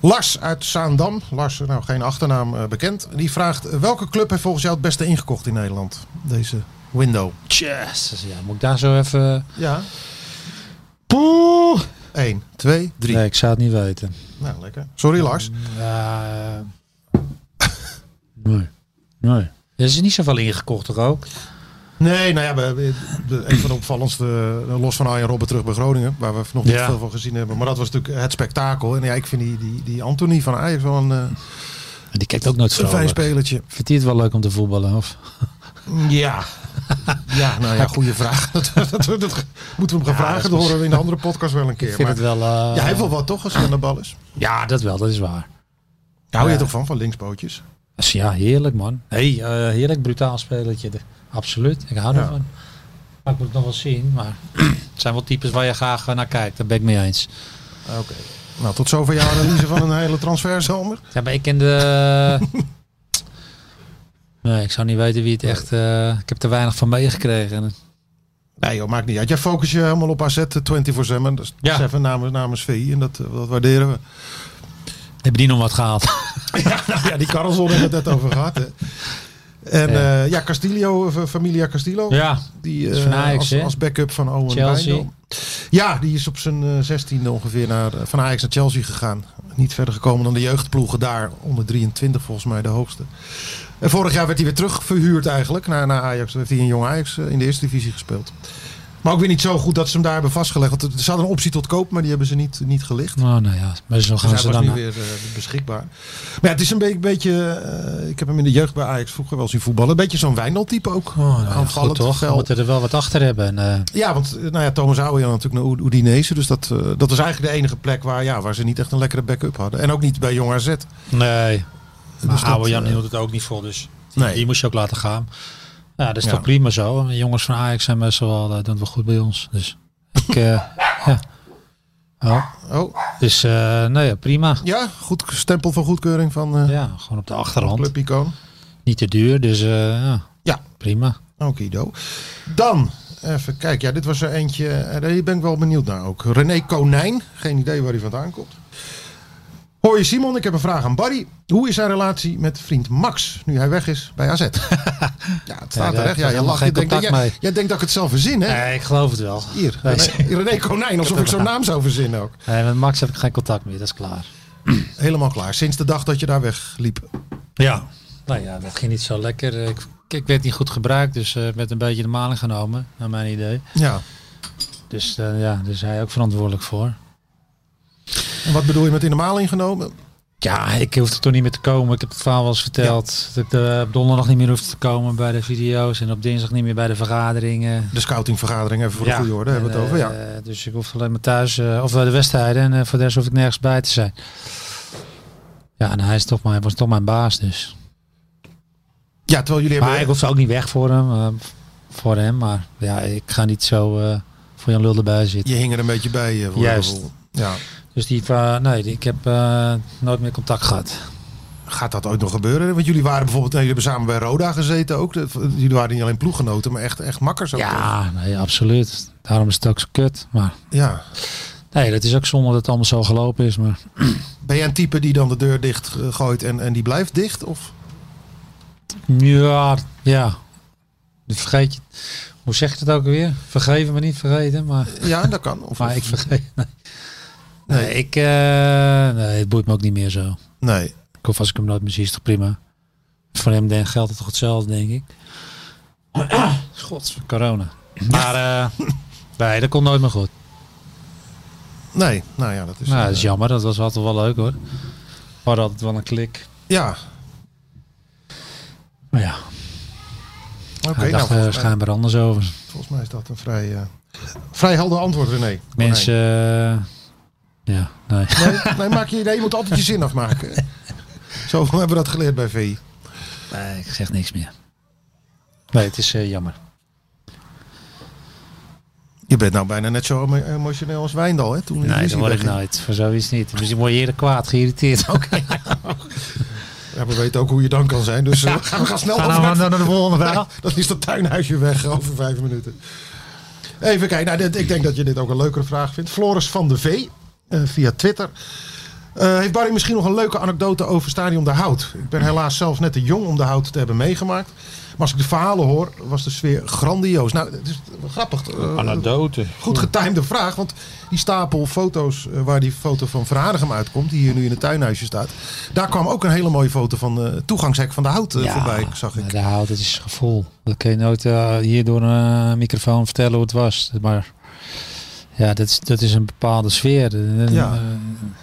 S5: Lars uit Zaandam. Lars, nou geen achternaam eh, bekend. Die vraagt, eh, welke club heeft volgens jou het beste ingekocht in Nederland? Deze window.
S7: Jezus, ja, moet ik daar zo even...
S5: Ja.
S7: Poeh!
S5: 1, 2, 3.
S7: Nee, ik zou het niet weten.
S5: Nou, lekker. Sorry Lars.
S7: Eh, *laughs* nee. Nee. Er is niet zoveel ingekocht, toch ook?
S5: Nee, nou ja, we- we- de, een van de opvallendste, eh, los van Arjen Robben terug bij Groningen, waar we nog niet
S7: Ja.
S5: veel van gezien hebben. Maar dat was natuurlijk het spektakel. En ja, ik vind die, die, die Anthony van Ajax wel een, eh,
S7: Die kijkt ook nooit
S5: een fijn
S7: vrolijk.
S5: spelertje.
S7: Vindt hij het wel leuk om te voetballen, of?
S5: Ja. *laughs* Ja, nou ja, goede vraag. *laughs* Dat, dat, dat, dat moeten we hem gaan
S7: Ja,
S5: vragen.
S7: dat
S5: Dat
S7: is-
S5: horen we in de andere podcast wel een keer.
S7: Ik vind
S5: Maar,
S7: het wel... eh,
S5: ja, hij heeft wel wat toch als hij aan de bal is.
S7: Ja, dat wel, dat is waar.
S5: Daar hou je
S7: Ja.
S5: toch van, van linksbootjes?
S7: Dus ja, heerlijk man. hey, eh, heerlijk brutaal spelletje. De- Absoluut, ik hou
S5: Ja.
S7: ervan. Maar ik moet het nog wel zien, maar *clears throat* het zijn wel types waar je graag eh, naar kijkt. Daar ben ik mee eens.
S5: Oké. Nou, tot zover jouw analyse van een hele transferzomer.
S7: Ja, maar ik ken de... *laughs* nee, ik zou niet weten wie het echt... eh, ik heb er weinig van meegekregen. En-
S5: Nee joh, maakt niet uit. Jij focus je helemaal op AZ 24-7. Dat is
S7: Ja.
S5: even namens, namens VI en dat, eh, dat waarderen
S7: *laughs*
S5: we.
S7: Hebben die nog wat gehaald? *laughs*
S5: Ja, nou ja die Carlson hebben we het net over gehad. Hè. En
S7: Ja.
S5: ja, ja Castillo, eh, Familia Castillo.
S7: ja,
S5: Die,
S7: is
S5: eh,
S7: van Ajax,
S5: als,
S7: hè?
S5: als backup van Owen
S7: Chelsea.
S5: Wijndal. Ja, die is op zijn eh, zestiende ongeveer naar, eh, van Ajax naar Chelsea gegaan. Niet verder gekomen dan de jeugdploegen daar. Onder 23 volgens mij de hoogste. En vorig jaar werd hij weer terugverhuurd eigenlijk naar, naar Ajax. Toen heeft hij in Jong Ajax eh, in de eerste divisie gespeeld. Maar ook weer niet zo goed dat ze hem daar hebben vastgelegd. Want er zat een optie tot koop, maar die hebben ze niet, niet gelicht.
S7: Nou, nou ja, maar zo gaan
S5: Dus
S7: ze
S5: hij was
S7: dan.
S5: nu weer eh, beschikbaar. Maar ja, het is een be- beetje... eh, ik heb hem in de jeugd bij Ajax vroeger wel zien voetballen. Een beetje zo'n Wijndal type ook.
S7: Oh, nou ja,
S5: Aanvallend,
S7: goed toch? We
S5: fel.
S7: moeten er wel wat achter hebben. En, eh,
S5: Ja, want eh, nou ja, Thomas Aouyan natuurlijk naar Oed- Udinese. Dus dat, eh, dat was eigenlijk de enige plek waar, ja, waar ze niet echt een lekkere backup hadden. En ook niet bij Jong AZ.
S7: nee, maar
S5: Dus dat,
S7: oude Jan
S5: eh,
S7: hield het ook niet vol, dus
S5: Nee.
S7: die moest je ook laten gaan. Ja, dat is
S5: Ja.
S7: toch prima zo. De jongens van Ajax zijn best wel, eh, doen het wel goed bij ons. Dus ik, eh, *laughs* ja. Ja,
S5: Oh,
S7: dus eh nee, ja, prima.
S5: ja, goed stempel van goedkeuring van eh
S7: Ja, gewoon op de achterhand.
S5: clubicoon.
S7: Niet te duur, dus eh, ja.
S5: Ja.
S7: prima.
S5: Okido. Dan, even kijken. Ja, dit was er eentje. eh, Daar ben ik wel benieuwd naar ook. René Konijn. Geen idee waar hij vandaan komt. Hoi Simon, ik heb een vraag aan Barry. Hoe is zijn relatie met vriend Max nu hij weg is bij AZ? *laughs* ja, het
S7: daar
S5: staat er echt.
S7: heb ik
S5: Ja, je
S7: helemaal
S5: lacht.
S7: geen
S5: Je denkt, dat-
S7: contact
S5: jij,
S7: mee.
S5: jij denkt dat ik het zelf verzin, hè?
S7: Nee, ik geloof het wel.
S5: Hier, René,
S7: *laughs*
S5: René Konijn, alsof ik zo'n naam zou verzinnen ook.
S7: Nee, met Max heb ik geen contact meer, dat is klaar.
S5: Helemaal klaar, sinds de dag dat je daar wegliep.
S7: Ja. Nou ja, dat ging niet zo lekker. Eh, Ik, ik werd niet goed gebruikt, dus eh werd een beetje de maling genomen, naar mijn idee.
S5: Ja,
S7: Dus eh, ja, daar is hij ook verantwoordelijk voor.
S5: en wat bedoel je met in de maling genomen?
S7: Ja, ik hoefde toen niet meer te komen. Ik heb het verhaal wel eens verteld. Dat ik eh, op donderdag niet meer hoefde te komen bij de video's en op dinsdag niet meer bij de vergaderingen.
S5: De scoutingvergadering, even voor de
S7: Ja.
S5: goede orde, hebben we
S7: En,
S5: het over. Ja.
S7: eh, dus ik hoef alleen maar thuis, eh, of bij de wedstrijden en eh, voor de rest hoef ik nergens bij te zijn. Ja, en hij is toch mijn, was toch mijn baas dus.
S5: ja, terwijl jullie
S7: Maar ik
S5: hebben...
S7: hoef ook niet weg voor hem. eh, voor hem, maar ja, ik ga niet zo eh, voor Jan Lul erbij zitten.
S5: Je hing er een beetje bij. eh, voor
S7: Juist.
S5: je gevoel. Ja.
S7: Dus die, va- nee, die- ik heb eh, nooit meer contact gehad.
S5: Gaat dat ooit nog gebeuren? Want jullie waren bijvoorbeeld, nou, jullie hebben samen bij Roda gezeten ook. De- Jullie waren niet alleen ploeggenoten, maar echt, echt makkers ook.
S7: Ja, nee, absoluut. Daarom is het ook zo kut. Maar
S5: ja.
S7: nee, dat is ook zonde dat het allemaal zo gelopen is. Maar
S5: Ben jij een type die dan de deur dicht eh, gooit en, en die blijft dicht? Of?
S7: ja, ja. Dat vergeet je. Hoe zeg je dat ook weer? Vergeven maar niet vergeten. Maar,
S5: Ja, dat kan. Of,
S7: maar ik
S5: of-
S7: vergeet. *laughs* Nee, nee ik, eh, nee, het boeit me ook niet meer zo.
S5: Nee.
S7: Ik hoef als ik hem nooit meer zie, is toch prima. Voor hem denk, geldt het toch hetzelfde, denk
S5: *coughs*
S7: ik. Gods, corona. Maar eh, *laughs* nee, dat komt nooit meer goed.
S5: Nee, nou ja, dat is...
S7: Nou, dat
S5: eh,
S7: is jammer. Dat was altijd wel leuk hoor. We hadden altijd wel een klik.
S5: ja,
S7: Maar ja,
S5: oké. nou,
S7: hij dacht eh, er
S5: volgens mij-
S7: schijnbaar anders over.
S5: Volgens mij is dat een vrij, eh, vrij helder antwoord, René.
S7: Mensen, eh, ja, nee.
S5: Nee, nee, maak je, nee, je moet altijd je zin afmaken. Zo hebben we dat geleerd bij VI.
S7: *laughs* nee, ik zeg niks meer. Nee, het is eh, jammer.
S5: Je bent nou bijna net zo emo- emotioneel als Wijndal, hè? Toen die
S7: Nee,
S5: ruzie
S7: dat word ik
S5: wegging.
S7: nooit. Voor zoiets niet. Dus je word je eerder kwaad, geïrriteerd. *laughs* Oké.
S5: Ja, we weten ook hoe je dan kan zijn, dus
S7: *laughs*
S5: eh, we gaan snel
S7: nou-
S5: over
S7: Ga nou
S5: naar,
S7: maar naar de volgende
S5: Nee,
S7: vraag.
S5: Dan is dat tuinhuisje weg over vijf minuten. Even kijken. Nou, dit, ik denk dat je dit ook een leukere vraag vindt. Floris van de V eh, via Twitter. Eh, heeft Barry misschien nog een leuke anekdote over Stadion de Hout? Ik ben helaas zelf net te jong om de Hout te hebben meegemaakt. Maar als ik de verhalen hoor, was de sfeer grandioos. Nou, het is grappig. eh,
S8: Anekdote.
S5: goed getimede vraag, want die stapel foto's eh, waar die foto van Verhadigem uitkomt, die hier nu in het tuinhuisje staat. Daar kwam ook een hele mooie foto van eh, het toegangshek van de Hout eh, voorbij, zag ik.
S7: Ja, daar haalt het is gevoel. Dat kun je nooit eh, hier door een microfoon vertellen hoe het was. Maar ja, dat is, dat is een bepaalde sfeer. Eh,
S5: Ja.
S7: eh,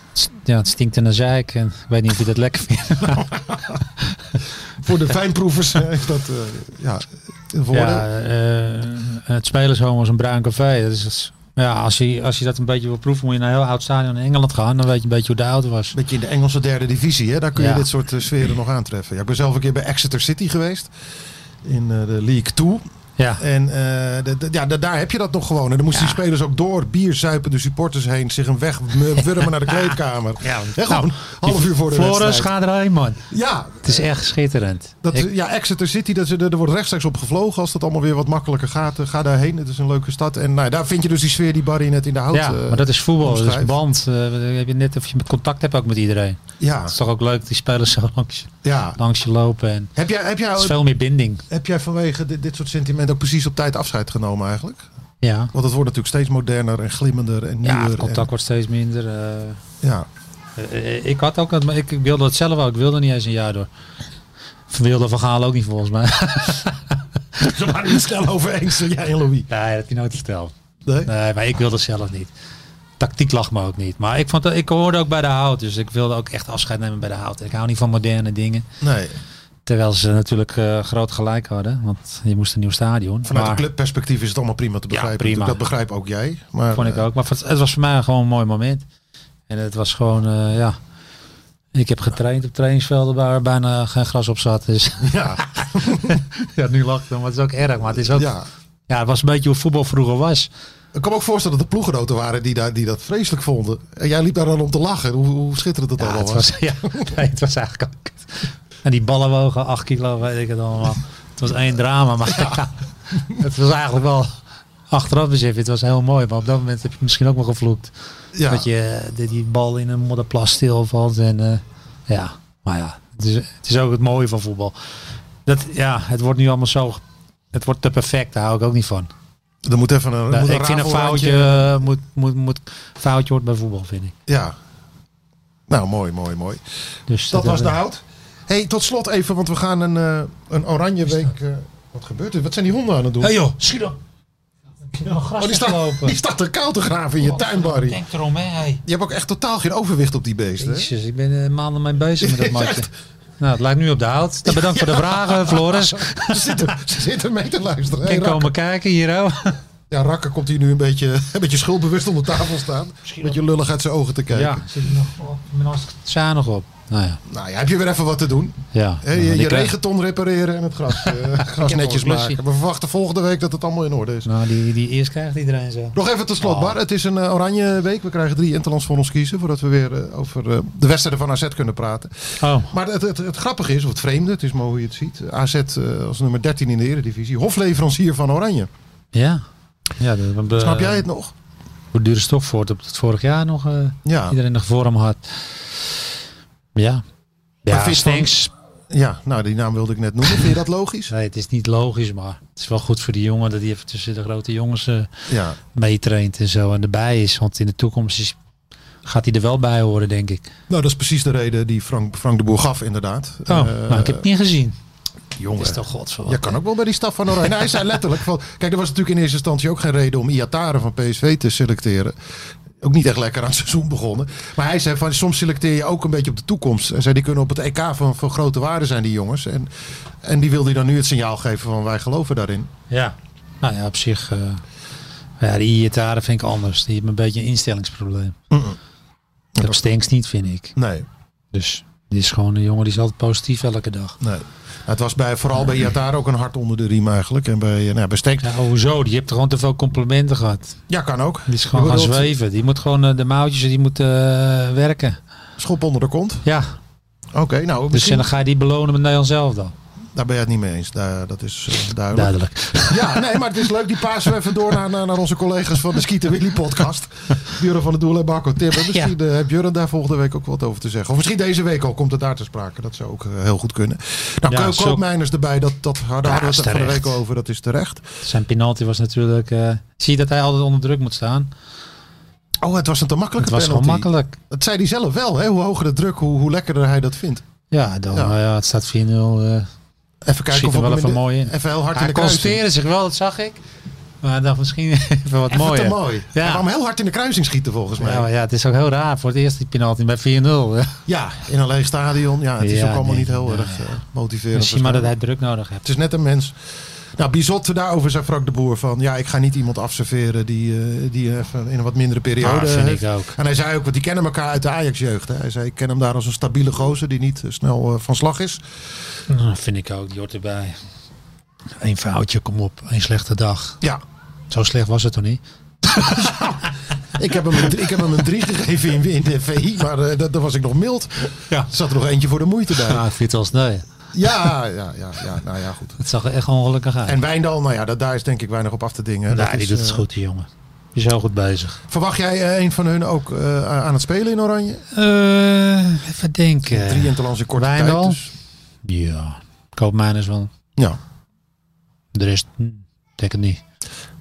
S7: het s- ja, het stinkt in de zeik. En ik weet niet of je dat lekker vindt.
S5: Voor de fijnproevers eh, heeft dat eh, ja, een voordeel.
S7: Ja, eh, het spelershome was een bruin café. Dat is, dat is- ja, als, je, als je dat een beetje wil proeven, moet je naar een heel oud stadion in Engeland gaan. Dan weet je een beetje hoe de auto was.
S5: Beetje in de Engelse derde divisie, hè? daar kun je
S7: Ja.
S5: dit soort eh, sferen nog aantreffen. Ja, ik ben zelf een keer bij Exeter City geweest. In eh, de League 2.
S7: Ja,
S5: En eh, de- de- ja, da- daar heb je dat nog gewoon. En dan moesten
S7: Ja.
S5: die spelers ook door bier zuipen de supporters heen. Zich een weg
S7: *laughs*
S5: m- wurmen naar de kleedkamer. Ja, gewoon
S7: nou,
S5: half uur voor de
S7: Floris,
S5: wedstrijd.
S7: ga erheen man.
S5: Ja,
S7: Het is echt schitterend.
S5: dat,
S7: Ik-
S5: ja, Exeter City, dat, er wordt rechtstreeks op gevlogen. Als dat allemaal weer wat makkelijker gaat, eh, ga daarheen. Het is een leuke stad. En nou, ja, daar vind je dus die sfeer die Barry net in de hout...
S7: ja,
S5: eh,
S7: maar dat is voetbal, dat is
S5: omschrijft.
S7: band. Eh, dan heb je net of je contact hebt ook met iedereen.
S5: ja,
S7: Het is toch ook leuk, die spelers *laughs* zo langs, je-
S5: ja.
S7: langs je lopen. En
S5: Heb jij, heb,
S7: het
S5: jij,
S7: is veel meer binding.
S5: heb jij vanwege dit, dit soort sentimenten ook precies op tijd afscheid genomen eigenlijk?
S7: Ja.
S5: Want het wordt natuurlijk steeds moderner en glimmender en nieuwer.
S7: Ja, het
S5: en-
S7: contact wordt steeds minder. eh.
S5: ja.
S7: Eh, eh, ik had ook, dat, maar ik, ik wilde het zelf ook. Ik wilde niet eens een jaar door. Wilde van Gaal ook niet volgens mij.
S5: Ze waren het snel over eens, jij en Louis.
S7: nee, dat heb je nooit verteld.
S5: Nee?
S7: Nee, maar ik wilde het zelf niet. Tactiek lag me ook niet. Maar ik, vond, dat- ik hoorde ook bij de hout. Dus ik wilde ook echt afscheid nemen bij de hout. Ik hou niet van moderne dingen.
S5: Nee.
S7: Terwijl ze natuurlijk eh, groot gelijk hadden. Want je moest een nieuw stadion.
S5: Vanuit
S7: Maar-
S5: een clubperspectief is het allemaal prima te begrijpen.
S7: prima.
S5: natuurlijk. Dat begrijp ook jij. Maar,
S7: Vond ik ook. Maar het was voor mij gewoon een mooi moment. En het was gewoon, eh, ja. Ik heb getraind op trainingsvelden waar bijna geen gras op zat. Dus
S5: eh,
S7: *laughs*
S5: Ja,
S7: ja, nu lacht dan, maar het is ook erg. Maar het is ook, ja.
S5: ja.
S7: het was een beetje hoe voetbal vroeger was.
S5: Ik kan me ook voorstellen dat er ploeggenoten waren die, daar, die dat vreselijk vonden. En jij liep daar dan om te lachen. Hoe, hoe schitterend dat
S7: Ja,
S5: allemaal
S7: het
S5: was.
S7: was, *laughs* ja, nee, het was eigenlijk ook. En die ballen wogen 8 kilo, weet ik het allemaal. Het was één drama, maar ja, *laughs* het was eigenlijk wel achteraf bezif. Het was heel mooi, maar op dat moment heb je misschien ook wel gevloekt.
S5: Ja.
S7: Dat je eh, dat die bal in een modderplas stilvalt. En, eh, ja, maar ja, het is, het is ook het mooie van voetbal. Dat, ja, het wordt nu allemaal zo. Het wordt te perfect, daar hou ik ook niet van.
S5: Er moet even een, er moet
S7: Nou,
S5: een
S7: ik vind een
S5: rafelrandje-
S7: foutje, eh, moet, moet, moet, foutje hoort bij voetbal, vind ik.
S5: Ja. Nou, mooi, mooi, mooi.
S7: Dus
S5: Dat was de
S7: daar.
S5: hout. hey, tot slot even, want we gaan een, eh, een oranje week... eh, wat gebeurt er? Wat zijn die honden aan het doen?
S7: Hé joh, schiet op.
S5: oh, die staat, die staat er koud te graven in je tuin, Barry.
S7: *laughs* Denk erom, hè. hey.
S5: Je hebt ook echt totaal geen overwicht op die beesten. hè?
S7: Jezus, ik ben eh, maanden mee bezig *laughs* met dat
S5: Is
S7: matje.
S5: echt-
S7: Nou, het lijkt nu op de hout. Dan bedankt voor de vragen, *laughs* Floris.
S5: *laughs* Ze zitten, ze zitten mee te luisteren. Hey,
S7: En
S5: Rakker.
S7: komen kijken hier ook.
S5: Ja, Rakker komt hier nu een beetje, een beetje schuldbewust onder tafel staan. Met je lullig uit zijn ogen te kijken.
S7: Ja, zit er nog op. Zijn nog op. Nou ja.
S5: Nou ja, heb je weer even wat te doen.
S7: ja.
S5: Hè, je
S7: Nou,
S5: je
S7: die krijg-
S5: regenton repareren en het gras,
S7: *laughs*
S5: eh, gras
S7: een
S5: netjes
S7: plusje.
S5: maken. We verwachten volgende week dat het allemaal in orde is.
S7: Nou, die, die eerst krijgt iedereen zo.
S5: Nog even tot slot,
S7: Oh.
S5: Bar. Het is een eh, oranje week. We krijgen drie interlands voor ons kiezen. Voordat we weer eh, over eh, de wedstrijden van AZ kunnen praten.
S7: Oh,
S5: Maar het, het, het grappige is, of het vreemde, het is maar hoe je het ziet. AZ eh, als nummer 13 in de eredivisie. Hofleverancier van Oranje.
S7: ja. ja de, de-
S5: Snap jij het nog?
S7: Hoe duurde Stokvoort op het vorig jaar nog? eh,
S5: Ja.
S7: Iedereen nog vorm had. Ja.
S5: Maar
S7: Ja,
S5: vis van-
S7: Stenks.
S5: Ja, nou die naam wilde ik net noemen. Vind je dat
S7: *laughs*
S5: logisch?
S7: Nee, het is niet logisch, maar het is wel goed voor die jongen dat hij even tussen de grote jongens eh,
S5: Ja.
S7: meetraint en zo en erbij is. Want in de toekomst is, gaat hij er wel bij horen, denk ik.
S5: Nou, dat is precies de reden die Frank, Frank de Boer gaf, inderdaad.
S7: Oh,
S5: Eh,
S7: nou, ik heb het niet gezien.
S5: jongen.
S7: Dat is toch godverdomme.
S5: Je kan ook wel bij die staf van Oranje. Nou, hij zei letterlijk van... Kijk, er was natuurlijk in eerste instantie ook geen reden om Iataren van PSV te selecteren. Ook niet echt lekker aan het seizoen begonnen. Maar hij zei van, soms selecteer je ook een beetje op de toekomst. Hij zei, die kunnen op het EK van, van grote waarde zijn, die jongens. En, en die wilde hij dan nu het signaal geven van, wij geloven daarin.
S7: Ja. Nou ja, op zich. eh, ja, die Iataren vind ik anders. Die hebben een beetje een instellingsprobleem. Dat,
S5: dat-
S7: stinkt niet, vind ik.
S5: Nee,
S7: Dus dit is gewoon een jongen die is altijd positief elke dag.
S5: nee. Het was bij, vooral bij Iataren ook een hart onder de riem eigenlijk. En bij, eh, nou, ja, bij Steek...
S7: Ja, hoezo? Die hebt gewoon te veel complimenten gehad.
S5: Ja, kan ook.
S7: Die is gewoon gaan
S5: Ik bedoel,
S7: zweven. Die moet gewoon eh, de mouwtjes, die moet eh, werken.
S5: Schop onder de kont.
S7: Ja,
S5: Oké, nou,
S7: Dus
S5: misschien-
S7: en dan ga je die belonen met Nederland zelf dan.
S5: daar ben je het niet mee eens. Daar, dat is eh, duidelijk.
S7: Duidelijk.
S5: Ja, nee, maar het is leuk. Die pasen we even door naar, naar, naar onze collega's van de Skieten Willy podcast. Björn van het Doel en Marco Tim. En Misschien eh, heeft Björn daar volgende week ook wat over te zeggen. Of misschien deze week al komt het daar te sprake. Dat zou ook eh, heel goed kunnen. Nou,
S7: Ja,
S5: Ko-
S7: zo-
S5: Koopmeiners erbij. Dat, dat hadden
S7: Ja,
S5: hadden we
S7: is
S5: het van de
S7: terecht.
S5: week al over. Dat is terecht.
S7: Zijn penalty was natuurlijk... eh, zie je dat hij altijd onder druk moet staan?
S5: Oh, het was een te makkelijke
S7: Het was gewoon
S5: penalty.
S7: makkelijk.
S5: Dat zei hij zelf wel. Hè? Hoe hoger de druk, hoe, hoe lekkerder hij dat vindt.
S7: Ja, dan,
S5: Ja.
S7: ja. ja het staat 4-0. eh.
S5: Even kijken of
S7: Schiet hem
S5: ik
S7: wel
S5: hem
S7: even
S5: de-
S7: mooi in.
S5: Even heel hard in
S7: Hij
S5: de kruising.
S7: concentreerde zich wel, dat zag ik. Maar hij dacht misschien *laughs* even wat
S5: Even
S7: mooier.
S5: te mooi.
S7: Ja.
S5: Hij kwam heel hard in de kruising schieten volgens mij.
S7: Ja, maar ja, het is ook heel raar. Voor het eerst die penalty bij 4-0. hè.
S5: Ja, in een leeg stadion. Ja, het is
S7: Ja,
S5: ook allemaal
S7: nee.
S5: niet heel
S7: Ja,
S5: erg eh, motiverend.
S7: Misschien maar dat
S5: waarschijnlijk.
S7: hij druk nodig heeft.
S5: Het is net een mens. Nou, Bizot, daarover zei Frank de Boer van... ja, ik ga niet iemand afserveren die, eh, die even in een wat mindere periode...
S7: Ja, dat Ah, vind
S5: heeft.
S7: ik ook.
S5: En hij zei ook, want die kennen elkaar uit de Ajax-jeugd. hè. Hij zei, ik ken hem daar als een stabiele gozer die niet eh, snel eh, van slag is.
S7: Nou, vind ik ook. Die hoort erbij. Eén foutje, kom op. Eén slechte dag.
S5: Ja,
S7: Zo slecht was het toch niet?
S5: ik heb hem een, drie- ik heb hem een drie gegeven in, in de VI, maar eh, dat, daar was ik nog mild.
S7: Ja.
S5: Er zat er nog eentje voor de moeite bij.
S7: Ja, vind als nee.
S5: Ja, ja, ja, ja, nou ja, goed.
S7: Het zag er echt ongelukkig uit.
S5: En Wijndal, nou ja, dat, daar is denk ik weinig op af te dingen.
S7: Nee,
S5: Dat
S7: Nou, die
S5: is,
S7: doet het
S5: eh,
S7: goed, die jongen. Die is heel goed bezig.
S5: Verwacht jij eh, een van hun ook eh, aan het spelen in Oranje?
S7: even denken.
S5: Eh, Drie interlands in korte
S7: Eh, Wijndal?
S5: tijd. Dus,
S7: Ja, koopmijn is wel.
S5: ja.
S7: De rest, hm, denk het niet.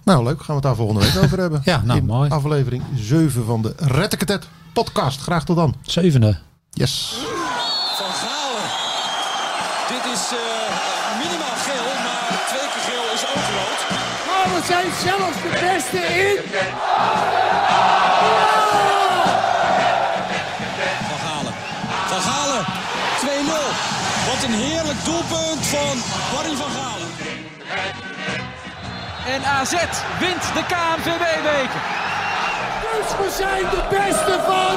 S5: Nou, leuk. Gaan we het daar volgende week over hebben.
S7: *laughs* Ja, nou,
S5: In
S7: mooi.
S5: aflevering 7 van de Rettekatet podcast. Graag tot dan.
S7: Zevende.
S5: Yes.
S1: Van Galen. Dit is eh, minimaal geel, maar twee keer geel is ook rood.
S2: Maar Oh, we zijn zelfs de beste in.
S1: Van Galen. Van Galen. 2-0. Wat een heerlijk doelpunt van Barry van Galen.
S3: En AZ wint de KNVB-beker.
S2: Dus we zijn de beste van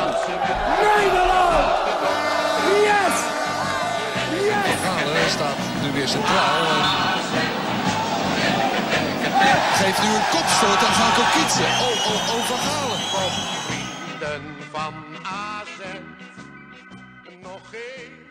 S2: Nederland. Yes! Yes!
S4: Galen staat nu weer centraal. Geef nu een kopstoot aan Franco Kietse. Oh, oh, oh, Van Galen.
S8: Vrienden van AZ. Nog geen